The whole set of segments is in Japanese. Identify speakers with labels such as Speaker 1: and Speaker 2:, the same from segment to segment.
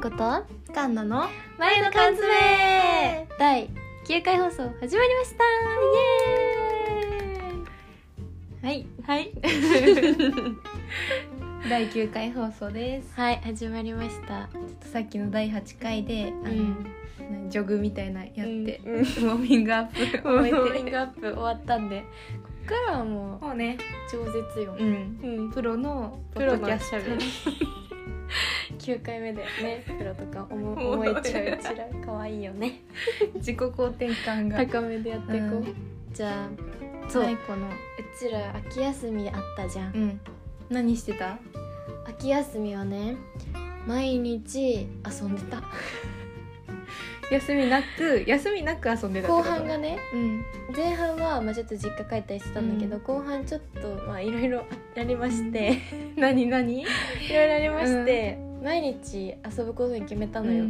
Speaker 1: こと
Speaker 2: カンナの
Speaker 1: 前の缶詰第9回放送始まりましたイエーイはいはい
Speaker 2: 第9回放送です
Speaker 1: はい始まりました
Speaker 2: ちょっとさっきの第8回であ
Speaker 1: う
Speaker 2: の、
Speaker 1: ん
Speaker 2: 何ジョグみたいなのやって、
Speaker 1: うんう
Speaker 2: ウ
Speaker 1: ん
Speaker 2: ォーミングアップ
Speaker 1: ウォ
Speaker 2: 終
Speaker 1: ーミ
Speaker 2: え
Speaker 1: ン
Speaker 2: て
Speaker 1: グアップ終わったんでこっからはもう
Speaker 2: もうね、
Speaker 1: 超絶よ
Speaker 2: うん、
Speaker 1: うん
Speaker 2: プロの
Speaker 1: プロの
Speaker 2: ポッドキャスター
Speaker 1: おしゃべ9回目でねプロとか思 思えちゃううちら可愛いよね
Speaker 2: 自己肯定感が
Speaker 1: 高めでやっていこう、
Speaker 2: うん
Speaker 1: じゃあそう、
Speaker 2: な
Speaker 1: う
Speaker 2: い子の
Speaker 1: ちら秋休みあったじゃん
Speaker 2: うん何してた
Speaker 1: 秋休みはね毎日遊んで た
Speaker 2: 休みなく休みなく遊んでたって
Speaker 1: 後
Speaker 2: こと
Speaker 1: 半がね
Speaker 2: うん
Speaker 1: 前半は、まあ、ちょっと実家帰ったりしてたんだけど、
Speaker 2: うん
Speaker 1: 後半ちょっとまあいろい ろやりまして、
Speaker 2: 何何
Speaker 1: いろいろありまして、毎日遊ぶことに決めたのよ、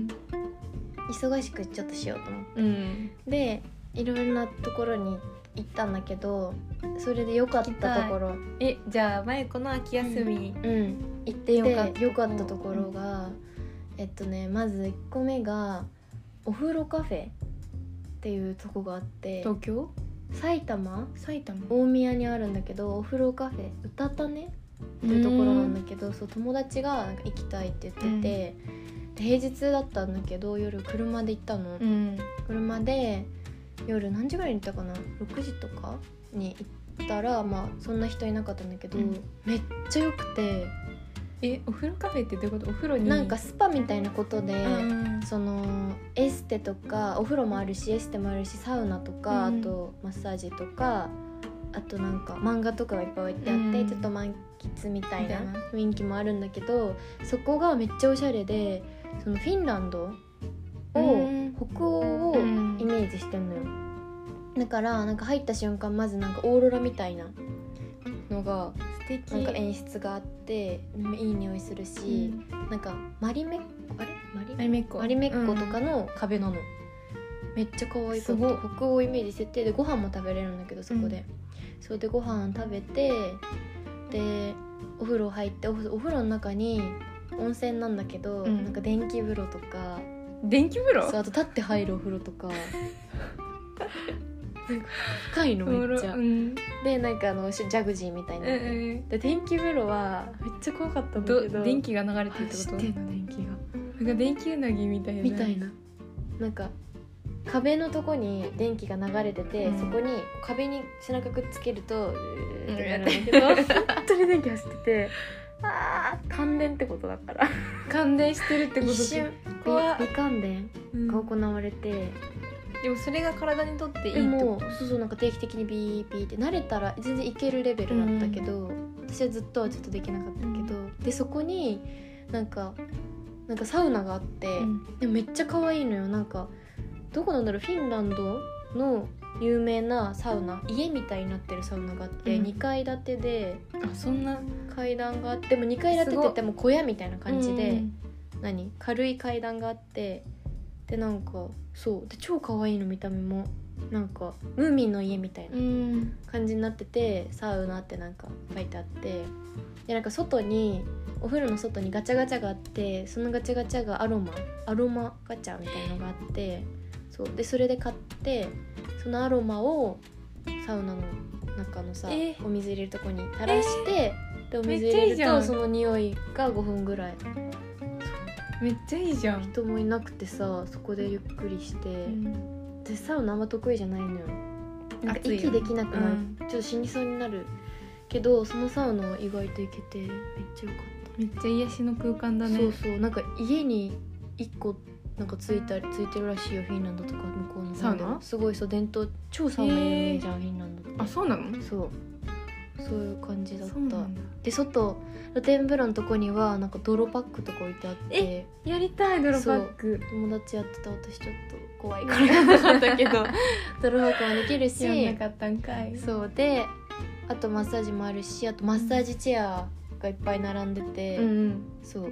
Speaker 1: 忙しくちょっとしようと思って
Speaker 2: うん
Speaker 1: でいろいろなところに行ったんだけどそれで良かったところ
Speaker 2: えじゃあ前子の秋休み
Speaker 1: うん行って
Speaker 2: 良かったとこ
Speaker 1: で良かったところが、えっとねまず1個目がお風呂カフェっていうとこがあって
Speaker 2: 東京
Speaker 1: 埼玉
Speaker 2: 埼玉
Speaker 1: 大宮にあるんだけどお風呂カフェうたたねっていうところなんだけどそう友達がなんか行きたいって言ってて、で平日だったんだけど夜車で行った
Speaker 2: う
Speaker 1: の、
Speaker 2: ん
Speaker 1: 車で夜何時ぐらいに行ったかな6時とかに行ったらまあそんな人いなかったんだけど、
Speaker 2: うん
Speaker 1: めっちゃ良くて
Speaker 2: えお風呂カフェってどういうことお風呂に
Speaker 1: なんかスパみたいなことで、
Speaker 2: うん
Speaker 1: そのエステとかお風呂もあるしエステもあるしサウナとか、
Speaker 2: うん
Speaker 1: あとマッサージとかあとなんか漫画とかがいっぱい置いてあって、
Speaker 2: うん
Speaker 1: ちょっと満喫みた
Speaker 2: み
Speaker 1: いな
Speaker 2: たいな
Speaker 1: 雰囲気もあるんだけどそこがめっちゃおしゃれでそのフィンランドを、
Speaker 2: うん
Speaker 1: 北欧をイ
Speaker 2: うん
Speaker 1: メージしてんのよ。だからなんか入った瞬間まずなんかオーロラみたいなのが
Speaker 2: 素敵
Speaker 1: なんか演出があっていい匂いする
Speaker 2: う
Speaker 1: し、
Speaker 2: ん
Speaker 1: なんかマリメあれマリ
Speaker 2: マ
Speaker 1: メ
Speaker 2: リメッコ
Speaker 1: マリメッコと
Speaker 2: う
Speaker 1: かの壁なの、めっちゃ可愛
Speaker 2: す
Speaker 1: く
Speaker 2: ごい
Speaker 1: て北欧をイメージ設定でご飯も食べれるんだけどそこで、それでご飯食べてでお風呂入ってお風お風呂の中に温泉なんだけど、
Speaker 2: うん
Speaker 1: なんか電気風呂とか
Speaker 2: ん電気風呂
Speaker 1: そうあと立って入るお風呂 とかなんか深いのめっちゃ、
Speaker 2: うん
Speaker 1: でなんかあのしジャグジーみたいな、
Speaker 2: うんうん
Speaker 1: で電気風呂はめっちゃ怖かったんだ
Speaker 2: ど
Speaker 1: けど
Speaker 2: 電気が流れてるって
Speaker 1: 走
Speaker 2: こ
Speaker 1: ってんの電気が
Speaker 2: となんか電気うなぎみたいな
Speaker 1: みたいななんか壁のとこに電気が流れてて、
Speaker 2: うん
Speaker 1: そこに壁に背中くっつけるとうーってなるんだけ
Speaker 2: う
Speaker 1: ど
Speaker 2: ん
Speaker 1: 本当に電気走っててあー感電ってことだから
Speaker 2: 感電してるってこと
Speaker 1: 一 瞬美
Speaker 2: 怖っ
Speaker 1: 美感電
Speaker 2: うん
Speaker 1: が行われて、
Speaker 2: でもそれが体にとっていい
Speaker 1: で
Speaker 2: ってこ
Speaker 1: もそうそうなんか定期的にビービーって慣れたら全然いけるレベルだったけど、私はずっとはちょっとできなかったけど、でそこになんかなんかサウナがあって、
Speaker 2: とうん
Speaker 1: でもめっちゃ可愛いのよなんかどこなんだろうフィンランドの有名なサウナ家みたいになってるサウナがあって、
Speaker 2: うん
Speaker 1: 2階建てで
Speaker 2: あそんな
Speaker 1: 階段があっても2階建てって言っても小屋みたいな感じで、
Speaker 2: うん
Speaker 1: 何軽い階段があってでなんかそうで超可愛いの見た目もなんかムーミンの家みたいな
Speaker 2: うん
Speaker 1: 感じになっててサウナってなんか書いてあってでなんか外にお風呂の外にガチャガチャがあってそのガチャガチャがアロマアロマガチャみたいのがあってそうでそれで買ってそのアロマをサウナの中のさ、
Speaker 2: え
Speaker 1: お水入れるとこに垂らして、でお水
Speaker 2: めっちゃい
Speaker 1: 入れ
Speaker 2: い
Speaker 1: る
Speaker 2: じゃ
Speaker 1: と
Speaker 2: ん
Speaker 1: その匂いが5分ぐらい
Speaker 2: めっちゃいいじゃん
Speaker 1: 人もいなくてさそこでゆっくりして、
Speaker 2: うん
Speaker 1: でサウナあんま得意じゃないのよなんか
Speaker 2: 暑いよ
Speaker 1: 息できなくなる、
Speaker 2: うん
Speaker 1: ちょっと死にそうになるけどそのサウナは意外と行けてめっちゃ良かっ
Speaker 2: めっちゃ癒しの空間
Speaker 1: た、
Speaker 2: だね
Speaker 1: そうそうなんか家に一個なんかついたりついてるらしいよフィンランドとか向こうの方で
Speaker 2: サウナ
Speaker 1: すごいそう伝統超サウナ有名じゃん、フィンランドって
Speaker 2: あそうなの
Speaker 1: そうそういう感じだっ
Speaker 2: そうな
Speaker 1: た
Speaker 2: んだ
Speaker 1: で外露天風呂のとこにはなんか泥パックとか置いてあって
Speaker 2: やりたい泥パック
Speaker 1: 友達やってた私ちょっと怖いから やんなかったけ ど泥パックもできるし
Speaker 2: やんなかったんかい
Speaker 1: そうであとマッサージもあるしあとマッサージチェアがいっぱい並んでて、
Speaker 2: うん
Speaker 1: そう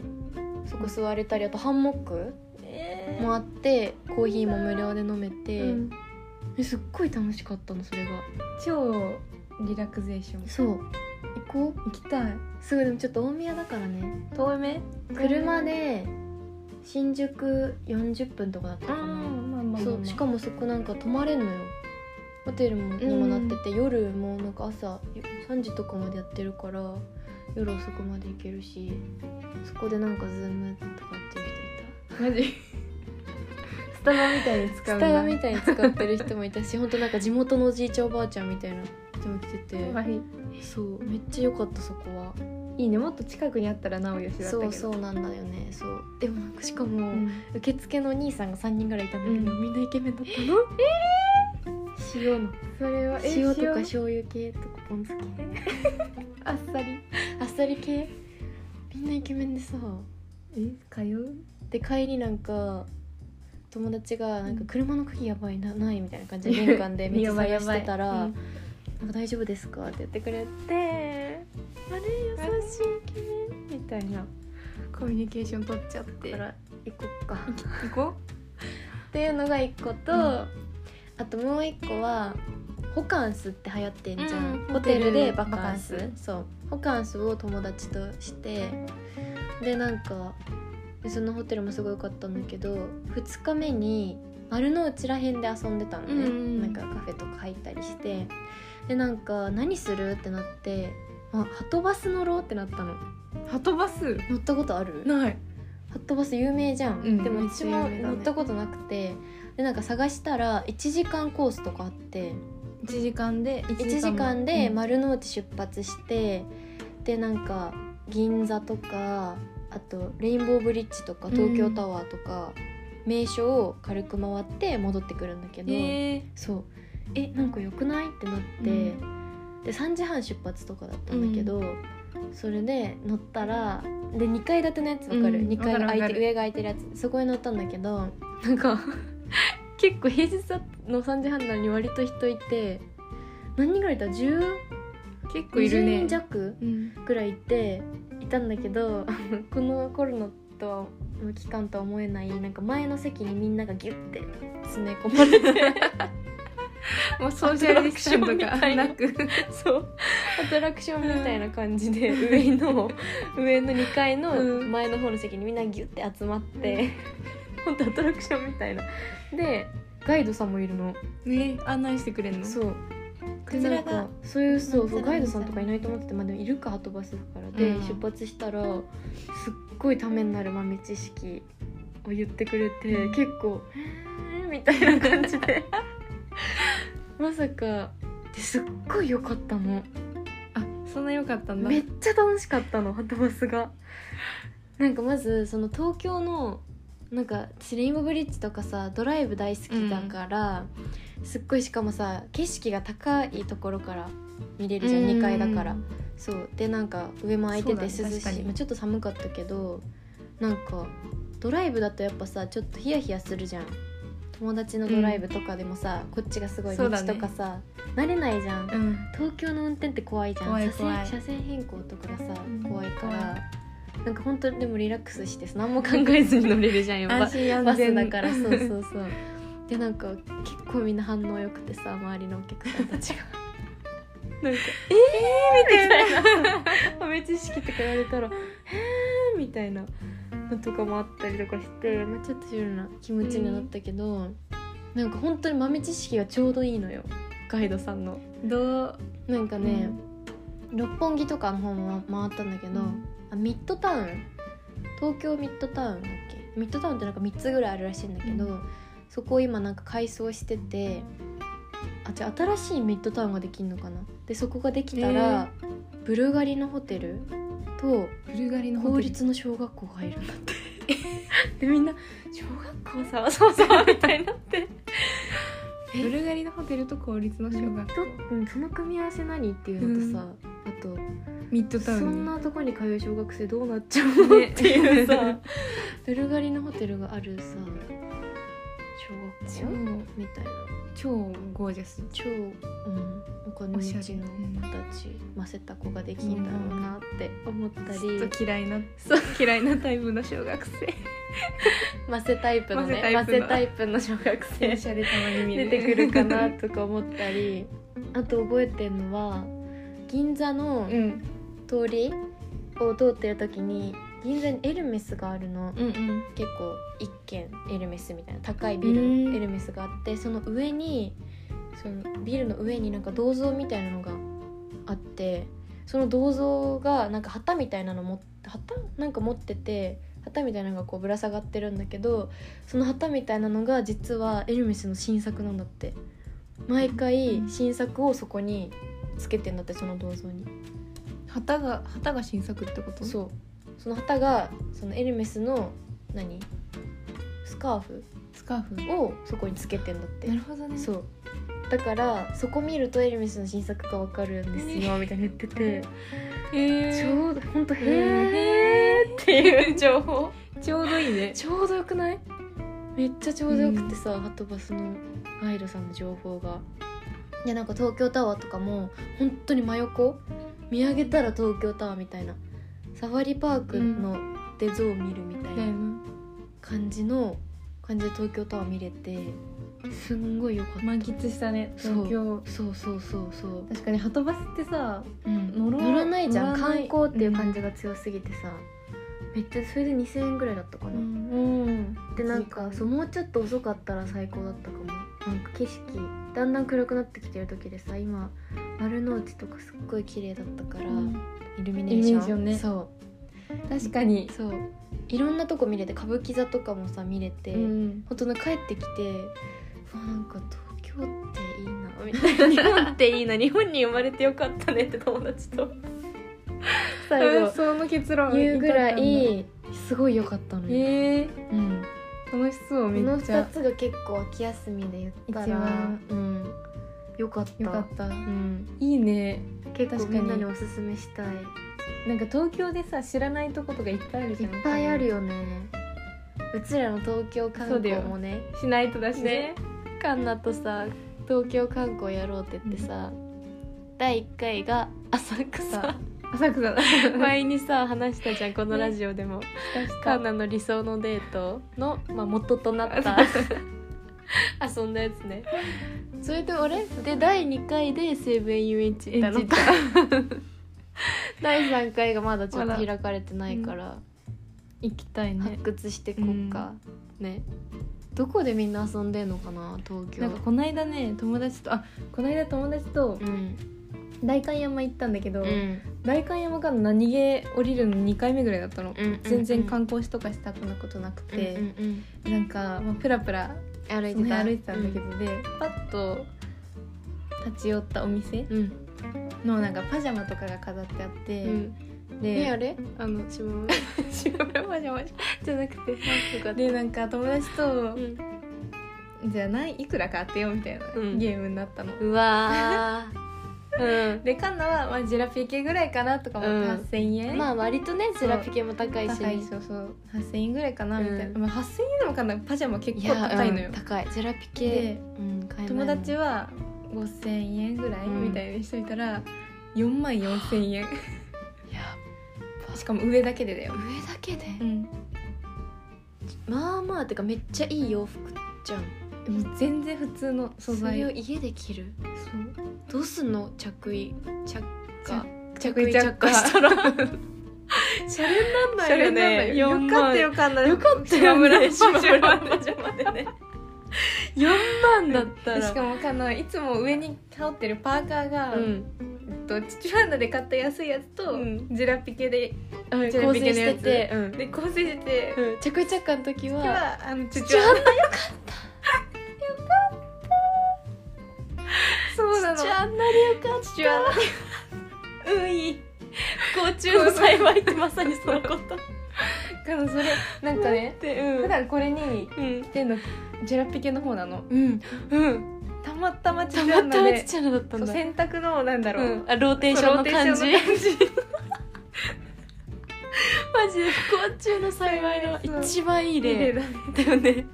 Speaker 1: そこ座れたりあとハンモック
Speaker 2: え
Speaker 1: もあってコーヒーも無料で飲めて、
Speaker 2: うん
Speaker 1: えすっごい楽しかったのそれが
Speaker 2: 超リラクゼーション
Speaker 1: そう行こう
Speaker 2: 行きたい
Speaker 1: すごいでもちょっと大宮だからね
Speaker 2: 遠め
Speaker 1: 車で新宿40分とかだったかな、
Speaker 2: まあま
Speaker 1: そうしか
Speaker 2: も
Speaker 1: もそこなんか泊まれんのよホテルもにもなってて、夜もなんか朝3時とかまでやってるから夜遅くまで行けるしそこでなんかズームとかやってる
Speaker 2: マジスタバみたいに
Speaker 1: 人
Speaker 2: 使
Speaker 1: いた
Speaker 2: う
Speaker 1: ス
Speaker 2: ん
Speaker 1: タ
Speaker 2: だ
Speaker 1: バみたいに使ってる人もいたし 本当なんか地元のおじいちゃんおばあちゃんみたいな人も来てて
Speaker 2: 怖い
Speaker 1: そうめっちゃ良かったそこはい
Speaker 2: いねもっと近くにあったらなおよしだったけ
Speaker 1: そ
Speaker 2: ど
Speaker 1: うそうなんだよねそうでもなんかしか
Speaker 2: う
Speaker 1: も、
Speaker 2: ん
Speaker 1: 受付の兄さんが3人ぐらいいたんだけど、
Speaker 2: うん
Speaker 1: みんなイケメンだったの
Speaker 2: 塩のそれはえ
Speaker 1: 塩とか醤油系とかポン酢系
Speaker 2: あっさり
Speaker 1: あっさり系みんなイケメンでさ
Speaker 2: え通う
Speaker 1: で帰りなんか友達がなんか車の鍵やばいなないみたいな感じで玄関で 道
Speaker 2: やばい
Speaker 1: 探
Speaker 2: や
Speaker 1: し
Speaker 2: ばい
Speaker 1: てたら「
Speaker 2: うん
Speaker 1: なんか大丈夫ですか?」って言ってくれて「あれ優しいイケメン」みたいな
Speaker 2: コミュニケーション取っちゃっ
Speaker 1: だ
Speaker 2: て
Speaker 1: から行こっか。
Speaker 2: 行こ
Speaker 1: っていうのが1個と、
Speaker 2: うん
Speaker 1: あともう1個はホカンスって流行ってんじゃん、
Speaker 2: うん
Speaker 1: ホテルでバ
Speaker 2: ホテル
Speaker 1: カンス
Speaker 2: バカン
Speaker 1: そうホカンスを友達としてでなんかでそのホテルもすごい良かったんだけど2日目に丸の内らへんで遊んでたのね、
Speaker 2: うんうん
Speaker 1: なんかカフェとか入ったりしてでなんか何するってなってあはとバス乗ろうってなったの
Speaker 2: うはとバス
Speaker 1: 乗ったことある
Speaker 2: ない
Speaker 1: ハットバス有名じゃん、
Speaker 2: うん
Speaker 1: でも
Speaker 2: めっ
Speaker 1: 私
Speaker 2: ちゃ有名だ
Speaker 1: も
Speaker 2: ね
Speaker 1: 乗ったことなくて、でなんか探したら1時間コースとかあって
Speaker 2: 1時間で
Speaker 1: 1時間で丸の内出発して、でなんか銀座とかあとレインボーブリッジとか東京タワーとか、名所を軽く回って戻ってくるんだけど、
Speaker 2: え
Speaker 1: そうえなんか良くないってなって、
Speaker 2: う
Speaker 1: で3時半出発とかだったんだけど、それで乗ったらで2階建てのやつわかる、
Speaker 2: うん
Speaker 1: 2階が
Speaker 2: わかるわ
Speaker 1: 空い
Speaker 2: か
Speaker 1: て
Speaker 2: る
Speaker 1: 上が空いてるやつそこに乗ったんだ けどなんか 結構平日の3時半なのに割と人いて何人ぐらいいた 10?
Speaker 2: 結構いる
Speaker 1: 20
Speaker 2: ね
Speaker 1: 人弱
Speaker 2: うん
Speaker 1: ぐらいいていたんだけど このコロナとはの期間とは思えないなんか前の席にみんながギュッて詰め込まれて。
Speaker 2: もうソーシャルディスタントがなく
Speaker 1: そうアトラクションみたいな感じで、上の上の2階の
Speaker 2: うん
Speaker 1: 前の方の席にみんなギュッて集まって、ほん、本当アトラクションみたいなでガイドさんもいるの、
Speaker 2: ね案内してくれんの
Speaker 1: そう
Speaker 2: こ
Speaker 1: で
Speaker 2: ち
Speaker 1: な
Speaker 2: ら
Speaker 1: んか
Speaker 2: が
Speaker 1: そういうそうそ
Speaker 2: なんちゃ
Speaker 1: う
Speaker 2: ら
Speaker 1: ガイドさんとかいないと思っててまあでもいるかはとバスだからで、
Speaker 2: うん
Speaker 1: 出発したらすっごいためになる豆知識を言ってくれて、
Speaker 2: うん
Speaker 1: 結構「へーみたいな感じ でまさかですっごい良かったの。
Speaker 2: あそんな良かったんだ
Speaker 1: めっちゃ楽しかったのハトバスがなんかまずその東京のなんか私レインボーブリッジとかさドライブ大好きだから、すっごいしかもさ景色が高いところから見れるじゃん、
Speaker 2: うん
Speaker 1: 2階だからそうでなんか上も空いてて涼
Speaker 2: そうだね確
Speaker 1: し
Speaker 2: か
Speaker 1: い、
Speaker 2: に
Speaker 1: まあ、ちょっと寒かったけどなんかドライブだとやっぱさちょっとヒヤヒヤするじゃん友達のドライブとかでもさ、こっちがすごい道
Speaker 2: そうだね
Speaker 1: とかさ、慣れないじゃん
Speaker 2: うん
Speaker 1: 東京の運転って怖いじゃん
Speaker 2: 怖い
Speaker 1: 車線
Speaker 2: 怖い
Speaker 1: 車線変更とかがさ
Speaker 2: うん
Speaker 1: 怖いから、
Speaker 2: 怖
Speaker 1: なんか本当にでもリラックスしてさ何も考えずに乗れるじゃん よバ
Speaker 2: 安心
Speaker 1: バ
Speaker 2: 安
Speaker 1: ス
Speaker 2: 全
Speaker 1: だ からそうそう
Speaker 2: う
Speaker 1: そうでなんか結構みんな反応良くてさ周りのお客さんたちがなんか「えー!」みたいな豆知識とか言われたら「えー!」みたいなのとかもあったりとかして、まあ、ちょっとシュールな気持ちになったけど、なんか本当に豆知識がちょうどいいのよガイドさんの。
Speaker 2: どう
Speaker 1: なんかね、六本木とかの方も回ったんだけど、
Speaker 2: うん
Speaker 1: あミッドタウン東京ミッドタウンだっけミッドタウンってなんか3つぐらいあるらしいんだけど、
Speaker 2: う
Speaker 1: そこを今なんか改装しててあじゃあ新しいミッドタウンができるのかなでそこができたら、ブルガリのホテルと
Speaker 2: ブルガリの
Speaker 1: 公立の小学校が入るんだって でみんな「小学校さわざわざ」みたいになって
Speaker 2: ブルガリのホテルと公立の小学校
Speaker 1: うんその組み合わせ何っていうのとさ、あと
Speaker 2: ミッドタウン
Speaker 1: そ
Speaker 2: に
Speaker 1: んなとこに通う小学生どうなっちゃうの、
Speaker 2: ね
Speaker 1: っていうさ ブルガリのホテルがあるさ小
Speaker 2: 超
Speaker 1: 学校みたいな
Speaker 2: 超ゴージャス
Speaker 1: 超、うん、お金
Speaker 2: おしゃ
Speaker 1: 持
Speaker 2: れ
Speaker 1: ちの子たちませた子ができんだろうなって思ったり、
Speaker 2: ちょっと嫌いな
Speaker 1: そう
Speaker 2: 嫌いなタイプの小学生
Speaker 1: マセタイプのねマ
Speaker 2: マ
Speaker 1: セ
Speaker 2: セ
Speaker 1: タ
Speaker 2: タ
Speaker 1: イプの小学生
Speaker 2: 電車でたまに見
Speaker 1: 出
Speaker 2: る
Speaker 1: てくるかなとか思ったりあと覚えてんのは銀座の
Speaker 2: うん
Speaker 1: 通りを通ってる時に銀座にエルメスがあるの
Speaker 2: うんうん
Speaker 1: 結構一軒エルメスみたいな高いビル
Speaker 2: うん
Speaker 1: エルメスがあってその上にそのビルの上になんか銅像みたいなのがあってその銅像がなんか旗みたいなの持って旗なんか持ってて旗みたいなのがこうぶら下がってるんだけどその旗みたいなのが実はエルメスの新作なんだって毎回新作をそこにつけてんだってその銅像に
Speaker 2: 旗が旗が新作ってこと
Speaker 1: そうその旗がそのエルメスの何スカーフ
Speaker 2: スカーフ
Speaker 1: をそこにつけてんだって
Speaker 2: なるほどね
Speaker 1: そうだからそこ見るとエルメスの新作がわかるんですよみたいに言ってて
Speaker 2: え
Speaker 1: ち
Speaker 2: ー
Speaker 1: ょうどほんとへ
Speaker 2: へ
Speaker 1: ーっていう情報
Speaker 2: ちょうどいいね
Speaker 1: ちょうどよくないめっちゃちょうどよくてさ、ハトバスのガイドさんの情報がいやなんか東京タワーとかも本当に真横見上げたら東京タワーみたいなサファリパークので像を見るみたいな、
Speaker 2: だよな
Speaker 1: 感じの感じで東京タワー見れてすんごい良かった
Speaker 2: 満喫したね
Speaker 1: そう
Speaker 2: 東京
Speaker 1: そうそうそうそう、
Speaker 2: 確かにはとバスってさ
Speaker 1: うん、
Speaker 2: 乗ろう
Speaker 1: 乗らないじゃ
Speaker 2: 乗ら
Speaker 1: ん
Speaker 2: な
Speaker 1: 観
Speaker 2: い
Speaker 1: 光っていう感じが強すぎてさ、めっちゃそれで2000円ぐらいだったかな、
Speaker 2: うん
Speaker 1: でなんかそうもうちょっと遅かったら最高だったかもなんか景色だんだん暗くなってきてる時でさ今丸の内とかすっごい綺麗だったから、イルミネ
Speaker 2: イル
Speaker 1: ーション
Speaker 2: ミネーションね
Speaker 1: そ
Speaker 2: 確かに
Speaker 1: うそういろんなとこ見れて歌舞伎座とかもさ見れて、
Speaker 2: うん
Speaker 1: 本当に帰ってきてうわなんか東京っていいなみたいな日本っていいな日本に生まれてよかったねって友達と最後
Speaker 2: その結論
Speaker 1: 言うぐら
Speaker 2: 至っ
Speaker 1: いすごい良かったの
Speaker 2: たんだ
Speaker 1: よ、
Speaker 2: へえ
Speaker 1: うん、
Speaker 2: 楽しそう
Speaker 1: こ
Speaker 2: め
Speaker 1: の
Speaker 2: っち
Speaker 1: 2
Speaker 2: ゃ
Speaker 1: つが結構秋休みで言った
Speaker 2: 一
Speaker 1: ら
Speaker 2: 番
Speaker 1: うん、良かった
Speaker 2: よかった
Speaker 1: うん、
Speaker 2: いいね
Speaker 1: 結構
Speaker 2: 確か
Speaker 1: み
Speaker 2: に
Speaker 1: んなにおすすめしたい
Speaker 2: なんか東京でさ知らないとことかいっぱいある
Speaker 1: い
Speaker 2: じゃん
Speaker 1: っぱいあるよねうちらの東京観
Speaker 2: そうだ
Speaker 1: 光
Speaker 2: よ
Speaker 1: もね
Speaker 2: しないとだし
Speaker 1: ね
Speaker 2: ね
Speaker 1: カンナとさ東京観光やろうって言ってさ、第1回が浅
Speaker 2: さ
Speaker 1: 草
Speaker 2: 浅草だ
Speaker 1: 前にさ話したじゃんこのラジオでも、カンナの理想のデートの、まあ、元となった 遊んだやつねそれで俺で第2回で西武園遊園地行ったの
Speaker 2: 園地
Speaker 1: 第3回がまだちょっ
Speaker 2: ま
Speaker 1: と
Speaker 2: だ
Speaker 1: 開かれてないから、
Speaker 2: 行きたい
Speaker 1: 発
Speaker 2: ね
Speaker 1: 掘してこっか、ねどこでみんな遊んでんのかな東京
Speaker 2: なんかこの間ね友達とあこの間友達と
Speaker 1: うん
Speaker 2: 代官山行ったんだけど、
Speaker 1: うん
Speaker 2: 代官山からの何気降りるの2回目ぐらいだったの、
Speaker 1: うん
Speaker 2: 全然観光しとかしたくなことなくて、
Speaker 1: うんうん
Speaker 2: なんか、まあ、プラプラ
Speaker 1: うん、歩い
Speaker 2: その
Speaker 1: てた
Speaker 2: 辺歩いてたんだけど、でパッと立ち寄ったお店
Speaker 1: うん、
Speaker 2: のなんかパジャマとかが飾ってあって、で、
Speaker 1: ねあれ
Speaker 2: あの
Speaker 1: しまう
Speaker 2: 違う パジャマじ
Speaker 1: じゃなくて
Speaker 2: ゃんでなんか友達と
Speaker 1: う、ん
Speaker 2: じゃあないいくらか当てようみたいな、
Speaker 1: うん
Speaker 2: ゲームになったの。
Speaker 1: うわ ー
Speaker 2: でカンナは、まあ、ジェラピケぐらいかなとか思って、
Speaker 1: うん
Speaker 2: 8,000
Speaker 1: う
Speaker 2: 円
Speaker 1: んまあ割とねセラピケも高いし
Speaker 2: 高いそうそう8,000円ぐらいかなみたいな、
Speaker 1: うん
Speaker 2: まあ、8,000円でもかんないパジャマ結構高いのよ
Speaker 1: うん、高いセラピケ
Speaker 2: で
Speaker 1: うん買えな
Speaker 2: 友
Speaker 1: い
Speaker 2: 達は5,000円ぐらい、
Speaker 1: うん
Speaker 2: みたいにしといたら4万4,000円
Speaker 1: やっぱ
Speaker 2: しかも上だけでだよ、
Speaker 1: 上だけで、
Speaker 2: うん、
Speaker 1: まあまあてかめっちゃいい洋服じゃん
Speaker 2: もう全然普通の素
Speaker 1: そ
Speaker 2: 材
Speaker 1: れを家で着る
Speaker 2: そう
Speaker 1: どうすんの着衣着火
Speaker 2: 着
Speaker 1: 着衣
Speaker 2: 衣
Speaker 1: 着
Speaker 2: 着
Speaker 1: 火
Speaker 2: 火
Speaker 1: し
Speaker 2: したた
Speaker 1: ら
Speaker 2: ら
Speaker 1: シャレに
Speaker 2: それなのよよかったよかった
Speaker 1: よかった
Speaker 2: 島
Speaker 1: よ
Speaker 2: 村で島
Speaker 1: 島村
Speaker 2: 村パジャマでね
Speaker 1: 4万だったら
Speaker 2: しかもかないつも上に羽織ってるパーカーが、
Speaker 1: う
Speaker 2: え
Speaker 1: ん
Speaker 2: っとチュチュランナで買った安いやつと、
Speaker 1: うん
Speaker 2: ジェラピケで
Speaker 1: うん
Speaker 2: ジェ
Speaker 1: 構
Speaker 2: ラピ
Speaker 1: 成
Speaker 2: ケの
Speaker 1: して
Speaker 2: やつ
Speaker 1: て、うん
Speaker 2: で構成してて、
Speaker 1: うん、着衣着火の時
Speaker 2: 今日
Speaker 1: は
Speaker 2: はあのチュ
Speaker 1: ちょっ
Speaker 2: チュランナ
Speaker 1: と
Speaker 2: そうなの
Speaker 1: ちあんなりよかった
Speaker 2: チュチュランナ
Speaker 1: うんいい不幸中の幸いってまさにその こ
Speaker 2: か
Speaker 1: と
Speaker 2: らそれなんかね
Speaker 1: でうん
Speaker 2: 普段これに
Speaker 1: うん
Speaker 2: でのジェラピケの方なの
Speaker 1: うんうん
Speaker 2: たまたまチ
Speaker 1: た
Speaker 2: ュラ
Speaker 1: ま
Speaker 2: ン
Speaker 1: た
Speaker 2: ナ
Speaker 1: ま
Speaker 2: で
Speaker 1: ちっちゃなだった
Speaker 2: そ
Speaker 1: ん
Speaker 2: う
Speaker 1: だ
Speaker 2: 洗濯のなんだろう、
Speaker 1: うんあローテーションの感じ
Speaker 2: そうローテーションの感
Speaker 1: マジで不幸中の幸いの一番い
Speaker 2: じ
Speaker 1: い
Speaker 2: 綺麗
Speaker 1: 例
Speaker 2: だ
Speaker 1: だよね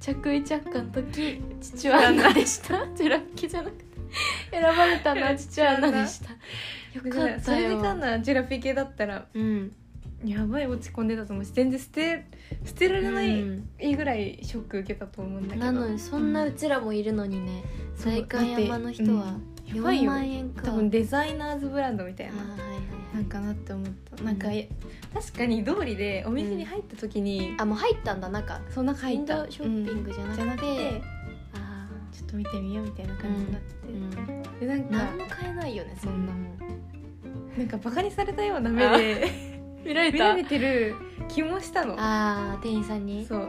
Speaker 1: 着衣着火の時父はアンナで したジェラッキじゃなくて選ばれたの は父はアンナでしたよか
Speaker 2: ね
Speaker 1: っ
Speaker 2: そ
Speaker 1: た
Speaker 2: れでか
Speaker 1: よ
Speaker 2: んなジェラピケだったら
Speaker 1: うん
Speaker 2: やばい落ち込んでたと思うし全然捨て捨てられな
Speaker 1: う
Speaker 2: い
Speaker 1: ん
Speaker 2: ぐらいショック受けたと思うんだけど、
Speaker 1: なのにそんなうちらもいるのにね
Speaker 2: そう
Speaker 1: 代官山の人は
Speaker 2: やばい
Speaker 1: 4
Speaker 2: よ
Speaker 1: 万円か
Speaker 2: 多分デザイナーズブランドみたい
Speaker 1: あー
Speaker 2: な
Speaker 1: はいはいはい
Speaker 2: なんかなって思ったなんか、い確かに通りでお店に入った時に、
Speaker 1: あもう入ったんだ中
Speaker 2: そんな入
Speaker 1: イン
Speaker 2: った
Speaker 1: ドショッピングじゃ
Speaker 2: う
Speaker 1: なん
Speaker 2: じ
Speaker 1: くて,、
Speaker 2: ゃなくて
Speaker 1: あ
Speaker 2: ちょっと見てみようみたいな感じになって、
Speaker 1: ー
Speaker 2: でなんか
Speaker 1: 何も買えないよねそんなもん、
Speaker 2: なんかバカにされたような目で
Speaker 1: 見ら
Speaker 2: 見られてる気もしたの
Speaker 1: ああ店員さんに
Speaker 2: そう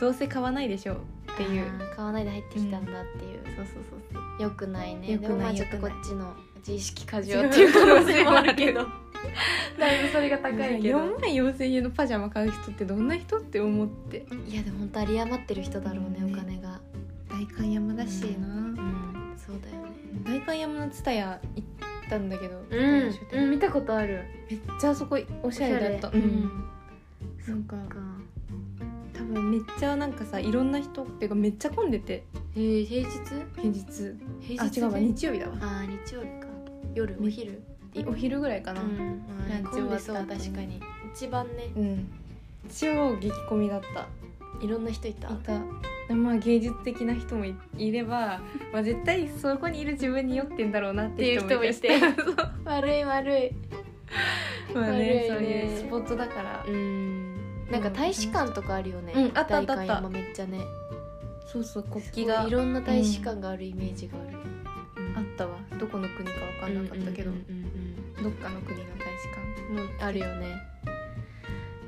Speaker 2: どうせ買わないでしょうっていう
Speaker 1: あー買わないで入ってきたんだっていう、
Speaker 2: そうそうそうそう
Speaker 1: よくないね
Speaker 2: よくない
Speaker 1: でもまあち
Speaker 2: よ
Speaker 1: ょっ
Speaker 2: く
Speaker 1: と
Speaker 2: な
Speaker 1: こ
Speaker 2: い
Speaker 1: っちの自意識過剰っていう可能性もあるけどだいぶそれが高いけど
Speaker 2: 4万4000円のパジャマ買う人ってどんな人って思って
Speaker 1: いやでも本当有り余ってる人だろうね
Speaker 2: うん
Speaker 1: お金が
Speaker 2: 代官山だしな、
Speaker 1: うんそうだよね
Speaker 2: 代官山の蔦屋行ったんだけど、蔦屋商店
Speaker 1: 見たことある
Speaker 2: めっちゃあそこおしゃれだった、
Speaker 1: う
Speaker 2: うん
Speaker 1: ん
Speaker 2: なんか
Speaker 1: か
Speaker 2: 多分めっちゃなんかさいろんな人っていうかめっちゃ混んでて
Speaker 1: えー、平日
Speaker 2: 平日
Speaker 1: 平
Speaker 2: あ
Speaker 1: 日
Speaker 2: 違うわ
Speaker 1: で
Speaker 2: 日曜日だわ
Speaker 1: あー日曜日か夜
Speaker 2: ね
Speaker 1: お昼
Speaker 2: お昼ぐらいか
Speaker 1: う
Speaker 2: な、
Speaker 1: ん
Speaker 2: ランチ終
Speaker 1: 混ん
Speaker 2: わ
Speaker 1: で
Speaker 2: った
Speaker 1: そう確かに一番ね
Speaker 2: うん、超激混みだった
Speaker 1: いろんな人いた
Speaker 2: いたでまあ芸術的な人もいいれば、 まあ、絶対そこにいる自分に酔ってんだろうなっていう人もいた
Speaker 1: っていう人もい 悪い悪い
Speaker 2: まあね
Speaker 1: 悪いね
Speaker 2: そういうスポットだから
Speaker 1: うんなんか大使館とかあるよね、
Speaker 2: うんあったあったあった
Speaker 1: 代官山めっちゃね
Speaker 2: そうそう国旗があ
Speaker 1: いろんな大使館があるイメージがある、
Speaker 2: っ、たわどこの国か分かんなかったけど、
Speaker 1: うんうんうん
Speaker 2: どっかの国の大使館
Speaker 1: うんもうあるよね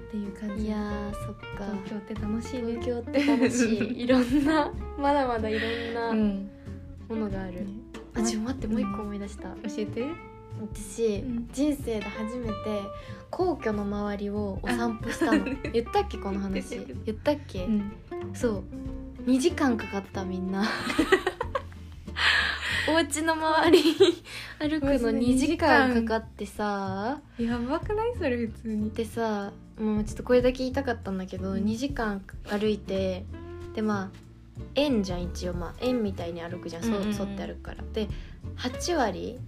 Speaker 2: っていう感じ
Speaker 1: いやーそっか
Speaker 2: 東京って楽しいね
Speaker 1: 東京って楽し いいろんなまだまだいろ
Speaker 2: うん、
Speaker 1: なんものがある、あちょっと待ってもう一個思い出した
Speaker 2: 教えて
Speaker 1: 私、
Speaker 2: うん
Speaker 1: 人生で初めて皇居の周りをお散歩した の言ったっけこの話
Speaker 2: 言ってた
Speaker 1: 言ったっけ、
Speaker 2: うん
Speaker 1: そう2時間かかった みんなお家の周り歩く
Speaker 2: マジで
Speaker 1: の2時間かかってさ
Speaker 2: やばくないそれ普通に
Speaker 1: でさもうちょっとこれだけ言いたかったんだけど、
Speaker 2: うん
Speaker 1: 2時間歩いてでまあ円じゃん一応まあ円みたいに歩くじゃん,、
Speaker 2: うんうんうん
Speaker 1: そ沿って歩くからで8割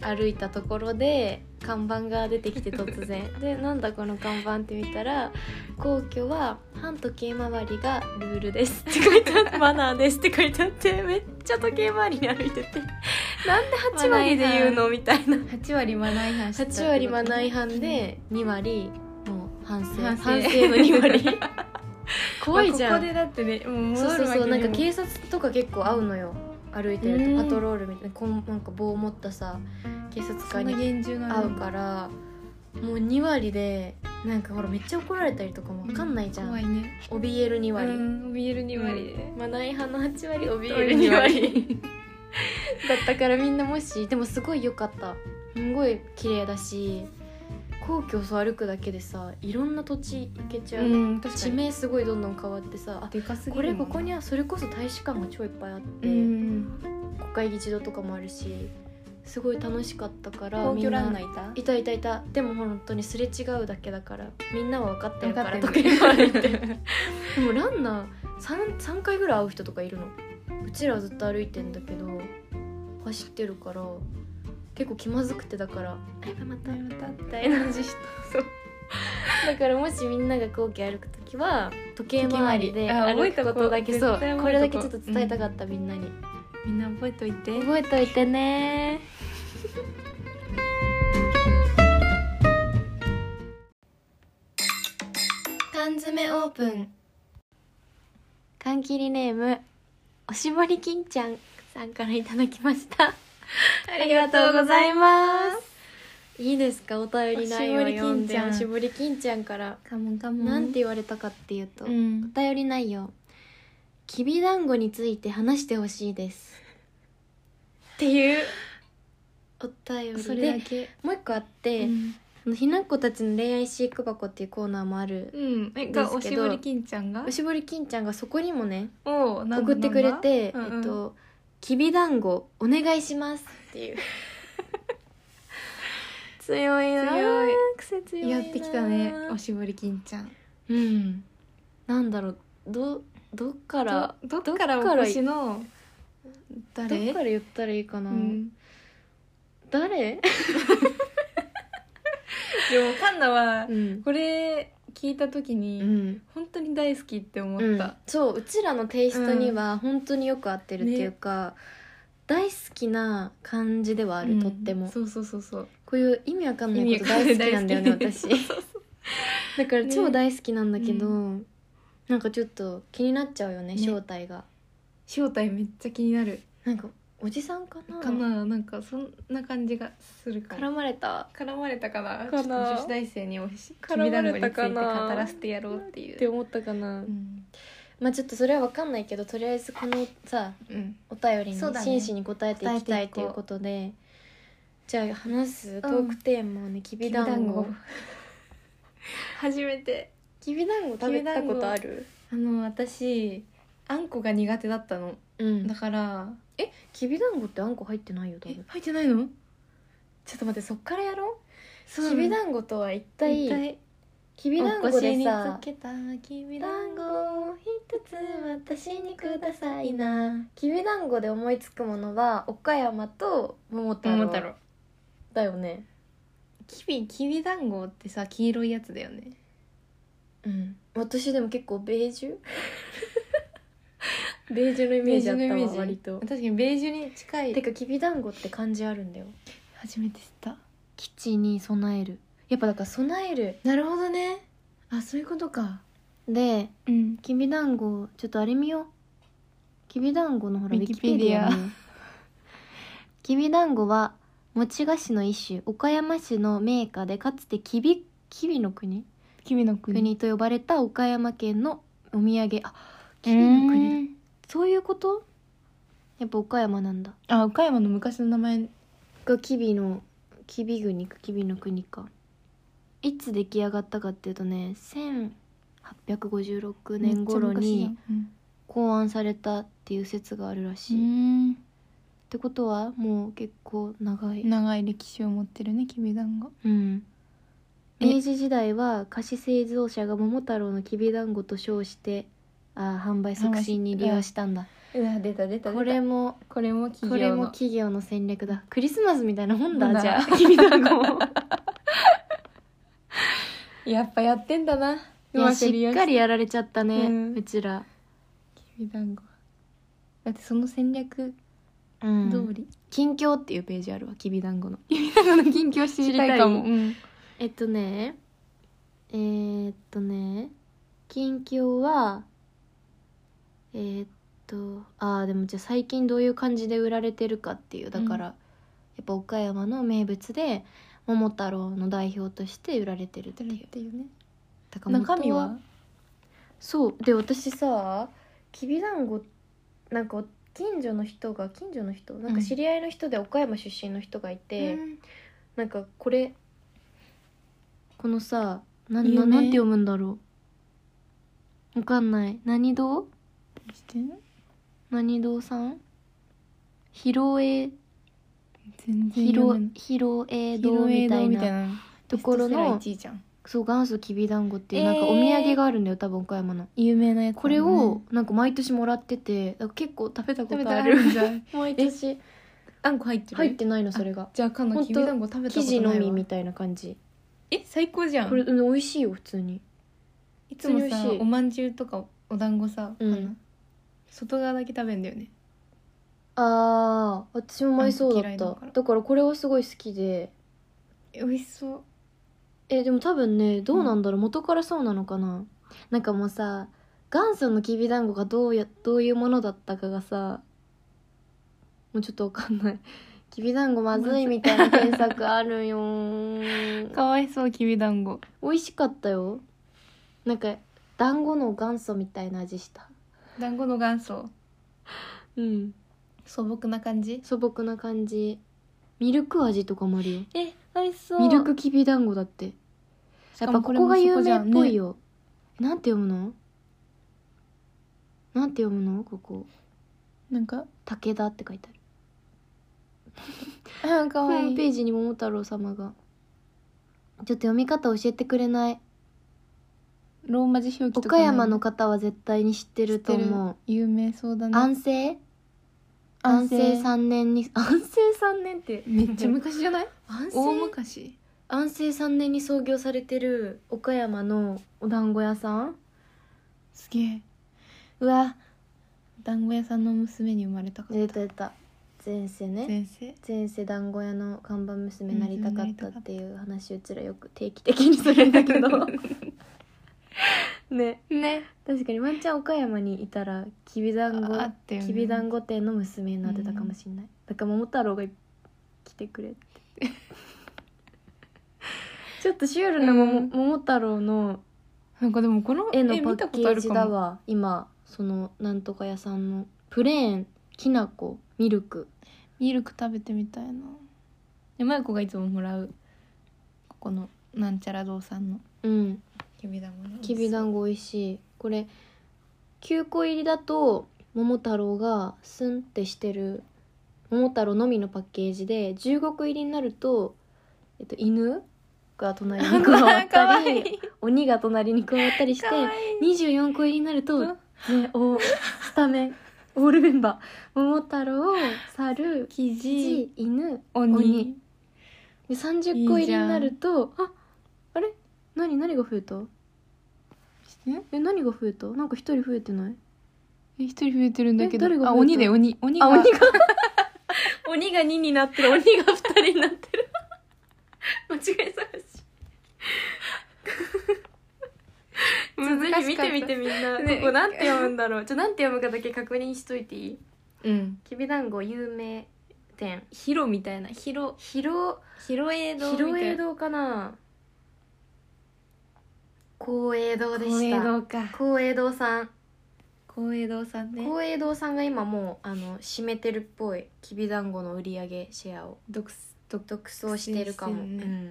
Speaker 1: 歩いたところで看板が出てきて突然 でなんだこの看板って見たら「皇居は反時計回りがルールです」って書いてあって「マナーです」って書いてあってめっちゃ時計回りに歩いててなんで8割で言うのみたいな
Speaker 2: 8割マナー違反したってこと
Speaker 1: 8割マナー違反で2割もう反省
Speaker 2: 反
Speaker 1: 反
Speaker 2: 省
Speaker 1: 省の2割 怖いじゃ
Speaker 2: まあ
Speaker 1: ん、
Speaker 2: ここでだってねもう戻
Speaker 1: そ
Speaker 2: る
Speaker 1: うそう
Speaker 2: わ
Speaker 1: そう
Speaker 2: け
Speaker 1: なん
Speaker 2: に
Speaker 1: か
Speaker 2: も
Speaker 1: 警察とか結構会うのよ歩いてる
Speaker 2: うん
Speaker 1: とパトロールみたいなこんなんか棒を持ったさ警察
Speaker 2: そ
Speaker 1: 官
Speaker 2: んな
Speaker 1: に
Speaker 2: 厳重な
Speaker 1: 会うからもう2割でなんかほらめっちゃ怒られたりとかもわかんないじゃん、
Speaker 2: 怖いね
Speaker 1: 怯える2割、
Speaker 2: うん怯える2割で、
Speaker 1: マナー違反の8割怯える2割 だったからみんなもしでもすごい良かったすごい綺麗だし皇居をそう歩くだけでさいろんな土地行けちゃう、
Speaker 2: うん確か
Speaker 1: 地
Speaker 2: に
Speaker 1: 名すごいどんどん変わってさあ
Speaker 2: でかすぎ
Speaker 1: こ
Speaker 2: る
Speaker 1: れ
Speaker 2: も
Speaker 1: こ
Speaker 2: ん
Speaker 1: こにはそれこそ大使館が超いっぱいあって、
Speaker 2: うん
Speaker 1: 国会議事堂とかもあるしすごい楽しかったから
Speaker 2: 皇居ランナ
Speaker 1: みんな
Speaker 2: ーいた
Speaker 1: いたいたいたでも本当にすれ違うだけだからみんなは分かってるから
Speaker 2: 分かっ
Speaker 1: 時
Speaker 2: てる
Speaker 1: 計回り ってでもランナー 3, 3回ぐらい会う人とかいるのうちらはずっと歩いてんだけど走ってるから結構気まずくてだから「あやばいまた」みたいな
Speaker 2: 同じ人
Speaker 1: だからもしみんなが皇居歩く時は時計回り
Speaker 2: 時計
Speaker 1: で
Speaker 2: 回りあ覚え
Speaker 1: 歩
Speaker 2: と
Speaker 1: く
Speaker 2: こう
Speaker 1: ことだけそう
Speaker 2: 絶対覚えとこう
Speaker 1: これだけちょっと伝えたかった、みんなに
Speaker 2: みんな覚えといて
Speaker 1: 覚えといてね
Speaker 2: 缶詰オープン
Speaker 1: 缶切りネームおしぼりきんちゃんさんからいただきました
Speaker 2: あ
Speaker 1: ありがとうございます。いいですかお便り内容を読んで
Speaker 2: お
Speaker 1: お
Speaker 2: し
Speaker 1: しぼりきんちゃんから、
Speaker 2: すカモンカモン
Speaker 1: なんて言われたかっていうと、
Speaker 2: う
Speaker 1: お
Speaker 2: ん
Speaker 1: 便り内容きびだんごについて話してほしいですっていうお便
Speaker 2: そ
Speaker 1: り
Speaker 2: れだ
Speaker 1: で
Speaker 2: け
Speaker 1: もう一個あって、
Speaker 2: うん
Speaker 1: あのひなっこたちの恋愛飼育箱っていうコーナーもある、
Speaker 2: うんえ
Speaker 1: で
Speaker 2: がお
Speaker 1: すけ
Speaker 2: し
Speaker 1: ど
Speaker 2: ぼりきんちゃんが
Speaker 1: おしぼりきんちゃんがそこにもね
Speaker 2: を
Speaker 1: 送ってくれて、えっ
Speaker 2: っ
Speaker 1: ときびだんごお願いしますっていう 強いな
Speaker 2: 強い
Speaker 1: 癖強いな
Speaker 2: やってきたねおしぼりきんちゃん
Speaker 1: うんなんだろうどどっから
Speaker 2: どどっからお越しの
Speaker 1: どっ
Speaker 2: 誰
Speaker 1: から言ったらいいかな、
Speaker 2: うんで
Speaker 1: 誰、
Speaker 2: もカンナは
Speaker 1: うん
Speaker 2: これ聞いた時
Speaker 1: う
Speaker 2: に
Speaker 1: ん
Speaker 2: 本当に大好きって思
Speaker 1: う
Speaker 2: っ
Speaker 1: ん
Speaker 2: た
Speaker 1: そううちらのテイストには本当によく合ってるっていうか、大好きな感じではある、
Speaker 2: うん
Speaker 1: とっても
Speaker 2: そうそうそうそう
Speaker 1: こういう意味わかんないこと大好きなんだよね
Speaker 2: 意味わかんない大好
Speaker 1: 私
Speaker 2: き
Speaker 1: だから超
Speaker 2: ね
Speaker 1: 大好きなんだけど、
Speaker 2: う
Speaker 1: なんかちょっと気になっちゃうよね
Speaker 2: ね
Speaker 1: 正体が
Speaker 2: 正体めっちゃ気になる
Speaker 1: なんかおじさんかな
Speaker 2: かななんかそんな感じがするから
Speaker 1: 絡まれた
Speaker 2: 絡まれたかなち
Speaker 1: かな
Speaker 2: ょっと女子大生におしき
Speaker 1: 絡
Speaker 2: び
Speaker 1: ま
Speaker 2: だん
Speaker 1: れ
Speaker 2: ごにつ
Speaker 1: た
Speaker 2: いて
Speaker 1: か
Speaker 2: 語
Speaker 1: な
Speaker 2: らせてやろうっていう
Speaker 1: って思ったかな、
Speaker 2: うん
Speaker 1: まあちょっとそれはわかんないけどとりあえずこのさ
Speaker 2: うん
Speaker 1: お便りに
Speaker 2: そ
Speaker 1: 真
Speaker 2: うだね
Speaker 1: 摯に答えていきたいということで、じゃあ話すトークテーマはね、きびだん ご
Speaker 2: 初めて
Speaker 1: きびだんご食べたことある
Speaker 2: あの私あんこが苦手だったの
Speaker 1: うん
Speaker 2: だから
Speaker 1: きびだんごってあんこ入ってないよ多
Speaker 2: え
Speaker 1: 分
Speaker 2: 入ってないのちょっと待ってそっからやろう
Speaker 1: きびだんごとは一体きびだんご
Speaker 2: お腰
Speaker 1: で
Speaker 2: に
Speaker 1: さ
Speaker 2: つけたきび
Speaker 1: きび
Speaker 2: だ
Speaker 1: だ
Speaker 2: ん
Speaker 1: ん
Speaker 2: ご
Speaker 1: ご一つ私にくださいなきびだんごで思いつくものは岡山と桃太郎
Speaker 2: 桃太郎
Speaker 1: だよね
Speaker 2: きびきびだんごってさ黄色いやつだよね
Speaker 1: うん私でも結構ベージュ ベージュのイメージあったわ割と
Speaker 2: 確かにベージュに近い
Speaker 1: てかきびだんごって漢字あるんだよ
Speaker 2: 初めて知った
Speaker 1: 基地に備えるやっぱだから備える
Speaker 2: なるほどねあそういうことか
Speaker 1: で
Speaker 2: うん
Speaker 1: きびだんごちょっとあれ見ようきびだんごのほらウ
Speaker 2: ウ
Speaker 1: ィ
Speaker 2: ィ
Speaker 1: キ
Speaker 2: キペ
Speaker 1: ペデ
Speaker 2: デ
Speaker 1: ィ
Speaker 2: ィ
Speaker 1: ア
Speaker 2: ア
Speaker 1: にきびだんごは餅菓子の一種岡山市の銘菓でかつてきびきびの国、
Speaker 2: 君の国
Speaker 1: 国と呼ばれた岡山県のお土産あきびの国だそういうことやっぱ岡山なんだ
Speaker 2: あ岡山の昔の名前
Speaker 1: がきびのきび国かきびの国かいつ出来上がったかっていうとね1856年頃に考案されたっていう説があるらしい、っ
Speaker 2: ん
Speaker 1: てことはもう結構長い
Speaker 2: 長い歴史を持ってるねきびだんご
Speaker 1: うん
Speaker 2: え
Speaker 1: 明治時代は菓子製造者が桃太郎のきびだんごと称してあー販売促進に利用したんだ
Speaker 2: 出た出た
Speaker 1: これも
Speaker 2: これも
Speaker 1: こ
Speaker 2: 企
Speaker 1: れ
Speaker 2: 業
Speaker 1: も
Speaker 2: の
Speaker 1: 企業の戦略だクリスマスみたいなもん
Speaker 2: もん
Speaker 1: だ
Speaker 2: だ
Speaker 1: じゃあきびだんごも
Speaker 2: やっぱやってんだないい
Speaker 1: やしっかりやられちゃったね、う
Speaker 2: うん
Speaker 1: ちら、
Speaker 2: きびだんごだってその戦略
Speaker 1: うん
Speaker 2: 通り、
Speaker 1: 近況っていうページあるわきびだんごの
Speaker 2: きびだんごの近況知
Speaker 1: りたいかも
Speaker 2: うん
Speaker 1: えっとねえー、っとね近況はえー、っとあーでもじゃあ最近どういう感じで売られてるかっていうだか
Speaker 2: う
Speaker 1: ら、やっぱ岡山の名物で桃太郎の代表として売られてるっていう
Speaker 2: っていうね
Speaker 1: だから元
Speaker 2: 中身は
Speaker 1: そうで私さきびだんごなんか近所の人が近所の人なんか知り合いの人で岡山出身の人がいて、
Speaker 2: うん
Speaker 1: なんかこれこのさなな
Speaker 2: 有名
Speaker 1: なんて読むんだろうわかんない何堂
Speaker 2: して
Speaker 1: 何堂さん広江
Speaker 2: 全然
Speaker 1: 広広江堂みたいな
Speaker 2: な
Speaker 1: ところの
Speaker 2: 1位じゃん
Speaker 1: そう元祖きびだんごっていう、
Speaker 2: えー
Speaker 1: なんかお土産があるんだよ多分岡山の
Speaker 2: 有名なやつ
Speaker 1: これをなんか毎年もらっててだから結構食べたこ
Speaker 2: 食べ
Speaker 1: と
Speaker 2: た
Speaker 1: あ
Speaker 2: あ
Speaker 1: る
Speaker 2: るんじゃん
Speaker 1: 毎年
Speaker 2: あんこ入ってる
Speaker 1: 入ってないのそれが
Speaker 2: じゃあかん
Speaker 1: ほ
Speaker 2: の
Speaker 1: んと
Speaker 2: きびだんご食べたこと
Speaker 1: 生
Speaker 2: ない
Speaker 1: 地
Speaker 2: わ
Speaker 1: のみみたいな感じ
Speaker 2: え最高じゃん
Speaker 1: これ、うん、美味しいよ普通に
Speaker 2: いつも
Speaker 1: 普通
Speaker 2: さ
Speaker 1: に美味しい
Speaker 2: おまんじゅうとかお団子さ、
Speaker 1: うん
Speaker 2: あの外側だけ食べんだよね
Speaker 1: あー私も前そうだ
Speaker 2: あん
Speaker 1: っ
Speaker 2: こ
Speaker 1: た
Speaker 2: 嫌
Speaker 1: だ
Speaker 2: いだから
Speaker 1: からこれはすごい好きで
Speaker 2: 美味しそう
Speaker 1: えでも多分ねどうなんだろう、元からそうなのかななんかもうさ元祖のきびだんごがどうやどういうものだったかがさもうちょっとわかんない きびだんごまずいみたいな検索あるよー
Speaker 2: かわいそうきびだんご
Speaker 1: 美味しかったよなんか団子の元祖みたいな味した
Speaker 2: 団子の元祖
Speaker 1: うん
Speaker 2: 素朴な感じ
Speaker 1: 素朴な感じミルク味とかもあるよ
Speaker 2: え美味しそ
Speaker 1: ミルクきびだんごだって
Speaker 2: し
Speaker 1: や
Speaker 2: か
Speaker 1: っぱ
Speaker 2: も
Speaker 1: こ
Speaker 2: れ
Speaker 1: こ
Speaker 2: も
Speaker 1: が有
Speaker 2: そじ
Speaker 1: 名
Speaker 2: ゃん
Speaker 1: っぽいよ、なんて読むのなんて読むのここ
Speaker 2: ねなんか
Speaker 1: 武田って書いてある
Speaker 2: あか
Speaker 1: ホ
Speaker 2: わい
Speaker 1: ーム
Speaker 2: い
Speaker 1: ページに桃太郎様がちょっと読み方教えてくれない
Speaker 2: ローマ字表記とか
Speaker 1: 岡
Speaker 2: ない
Speaker 1: 山の方は絶対に知ってると思う
Speaker 2: 有名そうだね
Speaker 1: 安政安政3年に 安政3年って
Speaker 2: めっちゃ昔じゃない
Speaker 1: 安
Speaker 2: 大
Speaker 1: 政
Speaker 2: 昔
Speaker 1: 安政3年に創業されてる岡山のお団子屋さん
Speaker 2: すげえうわ団子屋さんの娘に生まれたかった
Speaker 1: 出た出た前世ね
Speaker 2: 先生
Speaker 1: 前世団子屋の看板娘になりたかったっていう話うちらよく定期的にするん だけどね
Speaker 2: ね
Speaker 1: 確かにワンチャン岡山にいたらきびだんご
Speaker 2: ああったよね
Speaker 1: きびだんご店の娘になってたかもしれない、だから桃太郎が来 てくれってちょっとシュールな桃,、
Speaker 2: うん
Speaker 1: 桃太郎の
Speaker 2: なんかでもこの
Speaker 1: 絵の
Speaker 2: 絵
Speaker 1: パ
Speaker 2: 見た
Speaker 1: ッ
Speaker 2: こ
Speaker 1: ケ
Speaker 2: とあ
Speaker 1: ー
Speaker 2: る
Speaker 1: ジ
Speaker 2: か
Speaker 1: だ
Speaker 2: も
Speaker 1: わ今そのなんとか屋さんのプレーンきなこミルク
Speaker 2: ミルク食べてみたいなでまゆこがいつももらうここのなんちゃら堂さんの
Speaker 1: うん
Speaker 2: きびだんごの
Speaker 1: きびだ
Speaker 2: ん
Speaker 1: んご美味しいこれ9個入りだと桃太郎がスンってしてる桃太郎のみのパッケージで15個入りになると、えっと、犬が 隣に加わっ
Speaker 2: かわ
Speaker 1: た
Speaker 2: い
Speaker 1: り
Speaker 2: い
Speaker 1: 鬼が隣に加わったりして
Speaker 2: かわいい
Speaker 1: 24個入りになるとねおスタメンオールメンバー桃太郎猿
Speaker 2: 生地
Speaker 1: じ犬
Speaker 2: 鬼
Speaker 1: 鬼で30個入りになるとああれ何何が増えた
Speaker 2: え
Speaker 1: え何が増えたなんか一人増えてない
Speaker 2: 一人増えてるんだけど
Speaker 1: え誰が増え
Speaker 2: あ
Speaker 1: た
Speaker 2: 鬼で鬼鬼が
Speaker 1: が 鬼が2になってる鬼が2人になってる 間違い探し 続
Speaker 2: 難しかっ
Speaker 1: き
Speaker 2: た
Speaker 1: 見てみてみんな、
Speaker 2: ね
Speaker 1: ここなんて読むんだろうちょなんて読むかだけ確認しといていい
Speaker 2: うん
Speaker 1: きびだんご有名店
Speaker 2: ヒロみたいなヒロ
Speaker 1: 広
Speaker 2: ヒロエイドみたいな
Speaker 1: 広栄堂かな高栄堂で
Speaker 2: 光
Speaker 1: し
Speaker 2: 栄
Speaker 1: た
Speaker 2: 堂か
Speaker 1: 高栄堂さん
Speaker 2: 光栄堂さんね
Speaker 1: 高栄堂さんが今もうあの占めてるっぽいきびだんごの売り上げシェアを
Speaker 2: 独独
Speaker 1: 独走してるかも、
Speaker 2: ですよね
Speaker 1: うんっ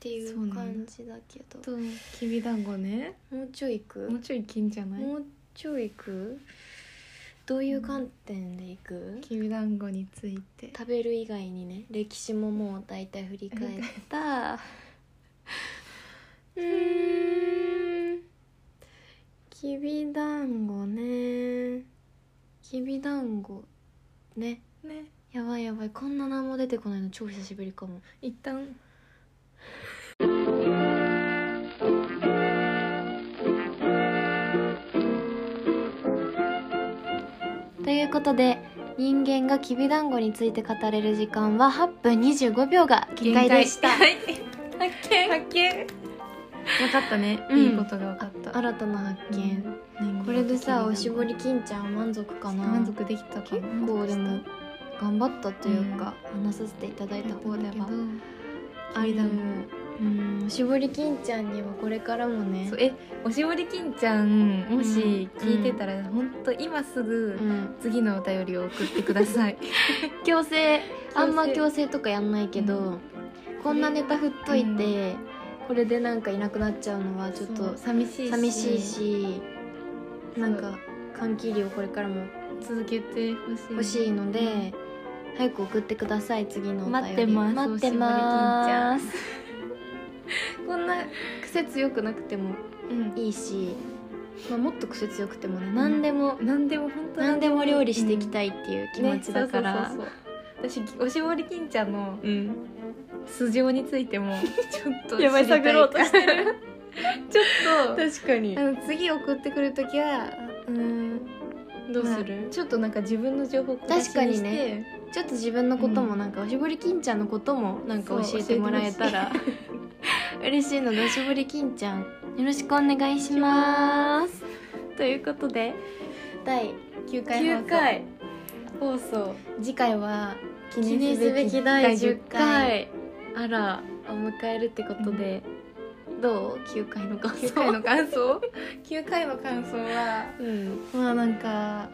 Speaker 1: てい
Speaker 2: そうな
Speaker 1: う
Speaker 2: んだ
Speaker 1: 感じだけど
Speaker 2: ときびだんごね
Speaker 1: もうちょい行く
Speaker 2: もうちょいいけんじゃない
Speaker 1: もうちょい行くどういう観点で行く、
Speaker 2: きびだんごについて
Speaker 1: 食べる以外にね歴史ももう大体振り返った うーんきびだんごねきびだんごね
Speaker 2: ね
Speaker 1: やばいやばいこんな何も出てこないの超久しぶりかも
Speaker 2: 一旦
Speaker 1: ということで人間がきびだんごについて語れる時間は8分25秒が限界で した
Speaker 2: 限界発見発見分かったね、
Speaker 1: うん
Speaker 2: いいことが分かった
Speaker 1: 新たな発見、
Speaker 2: うん
Speaker 1: これでさおしぼ
Speaker 2: り
Speaker 1: り金ちゃん満足かな
Speaker 2: 満足できたか
Speaker 1: 結
Speaker 2: な
Speaker 1: 構でも頑張ったというか、話させていただいた方ではあれだもんうん絞り金ちゃんにはこれからもね
Speaker 2: そうえおしぼり金ちゃんもし
Speaker 1: うん
Speaker 2: 聞いてたら、ほんと今すぐ
Speaker 1: うん、
Speaker 2: 次のお便りを送ってください
Speaker 1: 強制あんま
Speaker 2: 強
Speaker 1: 強制とかやんないけど、
Speaker 2: う
Speaker 1: こんなネタ振っといて、これでなんかいなくなっちゃうのはちょっ
Speaker 2: そ
Speaker 1: と
Speaker 2: う寂しいし
Speaker 1: 寂しいし、
Speaker 2: そう
Speaker 1: なんか缶切りをこれからも
Speaker 2: 続けてほしい
Speaker 1: 欲しいので、早く送ってください次のお便り
Speaker 2: 待ってます
Speaker 1: 待ってますこんな癖強くなくても
Speaker 2: うん
Speaker 1: いいし、まあ、もっと癖強くてもね何でも、
Speaker 2: 何でも本当
Speaker 1: 何でも料理していき
Speaker 2: い
Speaker 1: たいっていう気持ちだから、
Speaker 2: 私おしぼり金ちゃんの素性についてもちょっと
Speaker 1: やばい
Speaker 2: 知りた
Speaker 1: 探ろうとしてる
Speaker 2: ちょっと
Speaker 1: 確かに
Speaker 2: あの次送ってくる時はうーん
Speaker 1: ど
Speaker 2: まあちょっとなんか自分の情報小出し
Speaker 1: 確かに
Speaker 2: して
Speaker 1: ねちょっと自分のこともなんか、おしぼり金ちゃんのこともなんか
Speaker 2: そ
Speaker 1: 教
Speaker 2: う
Speaker 1: えてもらえたら嬉しいのでおしぼり金ちゃんよろしくお願いしますということで第
Speaker 2: 9回放送
Speaker 1: 9回放送
Speaker 2: 次回は記
Speaker 1: 記念
Speaker 2: 念
Speaker 1: す
Speaker 2: す
Speaker 1: べ
Speaker 2: べ
Speaker 1: き
Speaker 2: き
Speaker 1: 第
Speaker 2: 第
Speaker 1: 10
Speaker 2: 10
Speaker 1: 回
Speaker 2: 回
Speaker 1: あらを迎えるってことで、どう9回の感想
Speaker 2: 9回の感想9回の感想は
Speaker 1: うん、
Speaker 2: まあなんか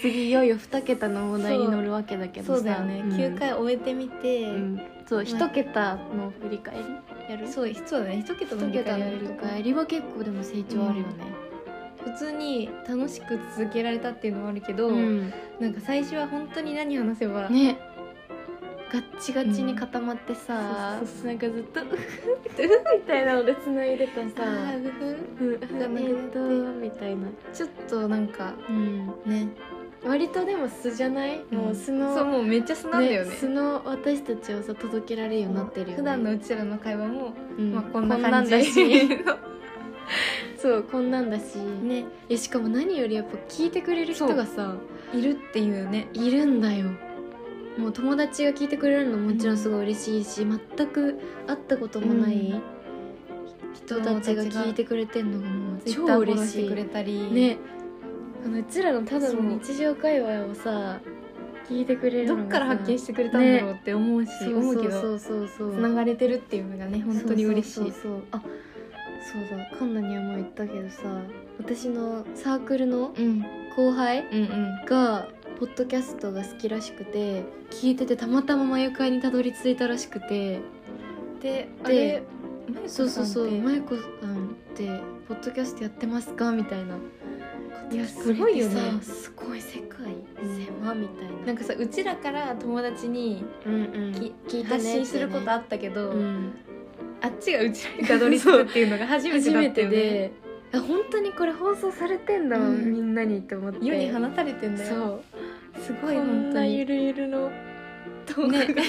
Speaker 1: 次いよいよ2桁の問題に乗るわけだけどさ
Speaker 2: そうだよね、
Speaker 1: ん
Speaker 2: 九9回終えてみて、
Speaker 1: うんそう1桁の振り返りやる
Speaker 2: そうそうだね一桁の
Speaker 1: 1
Speaker 2: 理
Speaker 1: 桁
Speaker 2: 解
Speaker 1: の
Speaker 2: やる
Speaker 1: 振り
Speaker 2: とか
Speaker 1: 返りは結構でも成長あるよね、
Speaker 2: 普通に楽しく続けられたっていうのもあるけど、
Speaker 1: うん
Speaker 2: なんか最初は本当に何話せば、
Speaker 1: ねガッチガチに固まってさ、
Speaker 2: そうそうそう
Speaker 1: なんかずっと「うふふ」みたいなので繋いでた
Speaker 2: あ
Speaker 1: さ
Speaker 2: ーうふん
Speaker 1: 「うん、えーっと」みたいな、
Speaker 2: ちょっとなんか
Speaker 1: うん、
Speaker 2: ね
Speaker 1: 割とでも素じゃない、もう素の
Speaker 2: そうもうめっちゃ素なんだよね
Speaker 1: 素の私たちをさ届けられるようになってるよね
Speaker 2: 普段のうちらの会話も、
Speaker 1: うん
Speaker 2: まあ、こんな感じ
Speaker 1: こんなんだし
Speaker 2: そう
Speaker 1: そうこんなんだし、
Speaker 2: ね
Speaker 1: いやしかも何よりやっぱ聞いてくれる人がさ
Speaker 2: いるっていうね
Speaker 1: いるんだよもう友達が聞いてくれるのももちろんすごい嬉しいし、全く会ったこともない
Speaker 2: うん
Speaker 1: 人たちが聞いてくれてんのがもう超
Speaker 2: Twitter フォロー
Speaker 1: 嬉
Speaker 2: し
Speaker 1: してい
Speaker 2: くれたり
Speaker 1: ねあのうちらのただの
Speaker 2: そう
Speaker 1: 日常会話をさ聞いてくれるの
Speaker 2: ど
Speaker 1: が
Speaker 2: っ
Speaker 1: さ
Speaker 2: から発見してくれたんだろうって思うし、
Speaker 1: そう
Speaker 2: 思うけ
Speaker 1: そ
Speaker 2: ど
Speaker 1: うそうそうそう
Speaker 2: つながれてるっていうのがね本当に嬉し
Speaker 1: そう
Speaker 2: い
Speaker 1: そうそうそうあそうだカンナにはもう言ったけどさ私のサークルの
Speaker 2: うん
Speaker 1: 後輩
Speaker 2: うんうん
Speaker 1: がポッドキャストが好きらしくて聞いててたまたま眉会にたどり着いたらしくて
Speaker 2: であ
Speaker 1: で
Speaker 2: れマユコさ
Speaker 1: そ
Speaker 2: んって
Speaker 1: うそうそう「舞子さんってポッドキャストやってますか?」みたいな。
Speaker 2: いやすごいよね
Speaker 1: さすごい世界狭みたいな。
Speaker 2: なんかさうちらから友達に
Speaker 1: うんうん
Speaker 2: き
Speaker 1: 聞いてねってね
Speaker 2: 発信することあったけど、
Speaker 1: うん
Speaker 2: あっちがうちらにたどり着くっていうのが初めて
Speaker 1: 初
Speaker 2: だ
Speaker 1: め
Speaker 2: った
Speaker 1: て
Speaker 2: よね
Speaker 1: であ本当にこれ放送されてんだ、
Speaker 2: うん
Speaker 1: みんなにって思って
Speaker 2: 世に放たれてんだよ
Speaker 1: そう
Speaker 2: す
Speaker 1: こ
Speaker 2: ごい本
Speaker 1: ん
Speaker 2: 当
Speaker 1: なゆ
Speaker 2: に
Speaker 1: るゆるのトークが、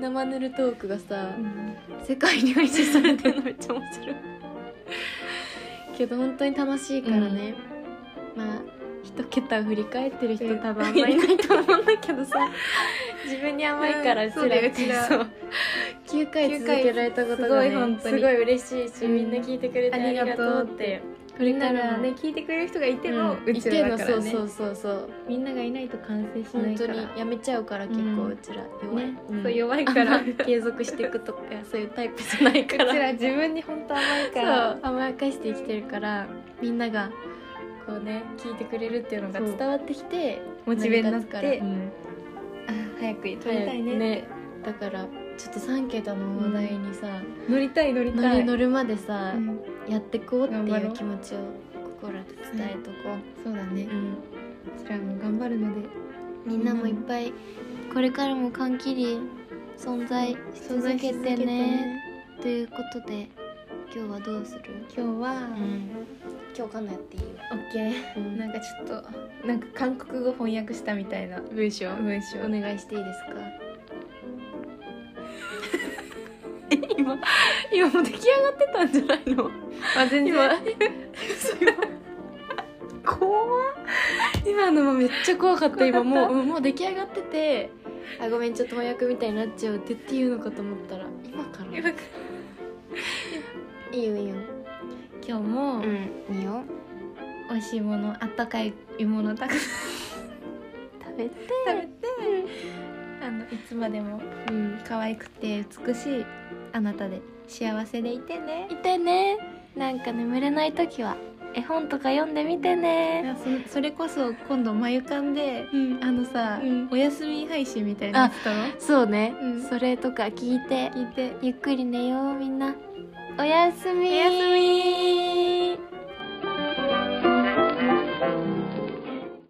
Speaker 1: 生ぬるトークがさ、世界に配信されてるのめっちゃ面白いけど本当に楽しいからね、まあ一桁を振り返ってる人多分あんまりいないと思うんだけどさ自分に甘いから
Speaker 2: うん
Speaker 1: うち
Speaker 2: そうだ
Speaker 1: ら
Speaker 2: ようちら
Speaker 1: そう9回続けられたことが、ね、
Speaker 2: すごい本当に
Speaker 1: すごい嬉しいし、
Speaker 2: うん
Speaker 1: みんな聞いてくれてありがとうって
Speaker 2: これか
Speaker 1: みんな
Speaker 2: ら
Speaker 1: が
Speaker 2: ね聞いてくれる人がいて
Speaker 1: で
Speaker 2: も、
Speaker 1: も、
Speaker 2: う
Speaker 1: う
Speaker 2: ち
Speaker 1: ち
Speaker 2: らだ
Speaker 1: らの
Speaker 2: からね
Speaker 1: そうそうそうそう
Speaker 2: みんながいないと完成しな
Speaker 1: 本
Speaker 2: い
Speaker 1: 当
Speaker 2: から
Speaker 1: にやめちゃうから結
Speaker 2: う
Speaker 1: 構
Speaker 2: ん
Speaker 1: うちら弱い、
Speaker 2: ね
Speaker 1: ん
Speaker 2: そう弱いから
Speaker 1: あんま 継続していくとかそういうタイプじゃないから
Speaker 2: うちら自分に本当甘いか
Speaker 1: そう
Speaker 2: ら
Speaker 1: 甘やかして生きてるからみんながこうね聞いてくれるっていうのが伝わってきて
Speaker 2: モチベになっ
Speaker 1: 成
Speaker 2: て、
Speaker 1: り立つから
Speaker 2: あ早く撮りたいね,、
Speaker 1: だからちょっと3桁の話題にさ、
Speaker 2: 乗りたい乗り
Speaker 1: 乗
Speaker 2: た
Speaker 1: る
Speaker 2: い
Speaker 1: 乗るまでさ、
Speaker 2: うん
Speaker 1: やってこうって
Speaker 2: 頑張
Speaker 1: い
Speaker 2: ろ
Speaker 1: う
Speaker 2: う
Speaker 1: 気持ちを心で伝えとこ
Speaker 2: そうだね
Speaker 1: う、うん
Speaker 2: うちらも頑張るので
Speaker 1: みんなもいっぱいこれからも缶切り存在し続けてねということで今日はどうする、
Speaker 2: 今日は、
Speaker 1: 今日かんなやっていいよ、
Speaker 2: オッケーなんかちょっとなんか韓国語翻訳したみたいな
Speaker 1: 文章
Speaker 2: 文章
Speaker 1: お願いしていいです か今今もう出来上がってたんじゃないの
Speaker 2: あ全
Speaker 1: 今
Speaker 2: 然
Speaker 1: 怖っ今のもめっちゃ怖かった今もううんもう出来上がっててあごめんちょっと翻訳みたいになっちゃうってっていうのかと思ったら今から
Speaker 2: 今
Speaker 1: いいよいいよ
Speaker 2: 日も、
Speaker 1: うんいいよ
Speaker 2: 美味しいものあったかいものたくさん
Speaker 1: 食べて
Speaker 2: 食べて、あのいつまでも
Speaker 1: うん
Speaker 2: 可愛くて美しいあなたで幸せでいてね
Speaker 1: いてねなんか眠れない時は絵本とか読んでみてね
Speaker 2: そそれこそ今度まゆかんで
Speaker 1: うん
Speaker 2: あのさ、
Speaker 1: うん
Speaker 2: お休み配信みたいなやつと
Speaker 1: そうね、
Speaker 2: うん
Speaker 1: それとか聞いて
Speaker 2: 聞いて
Speaker 1: ゆっくり寝ようみんなおやすみ
Speaker 2: おやす
Speaker 1: み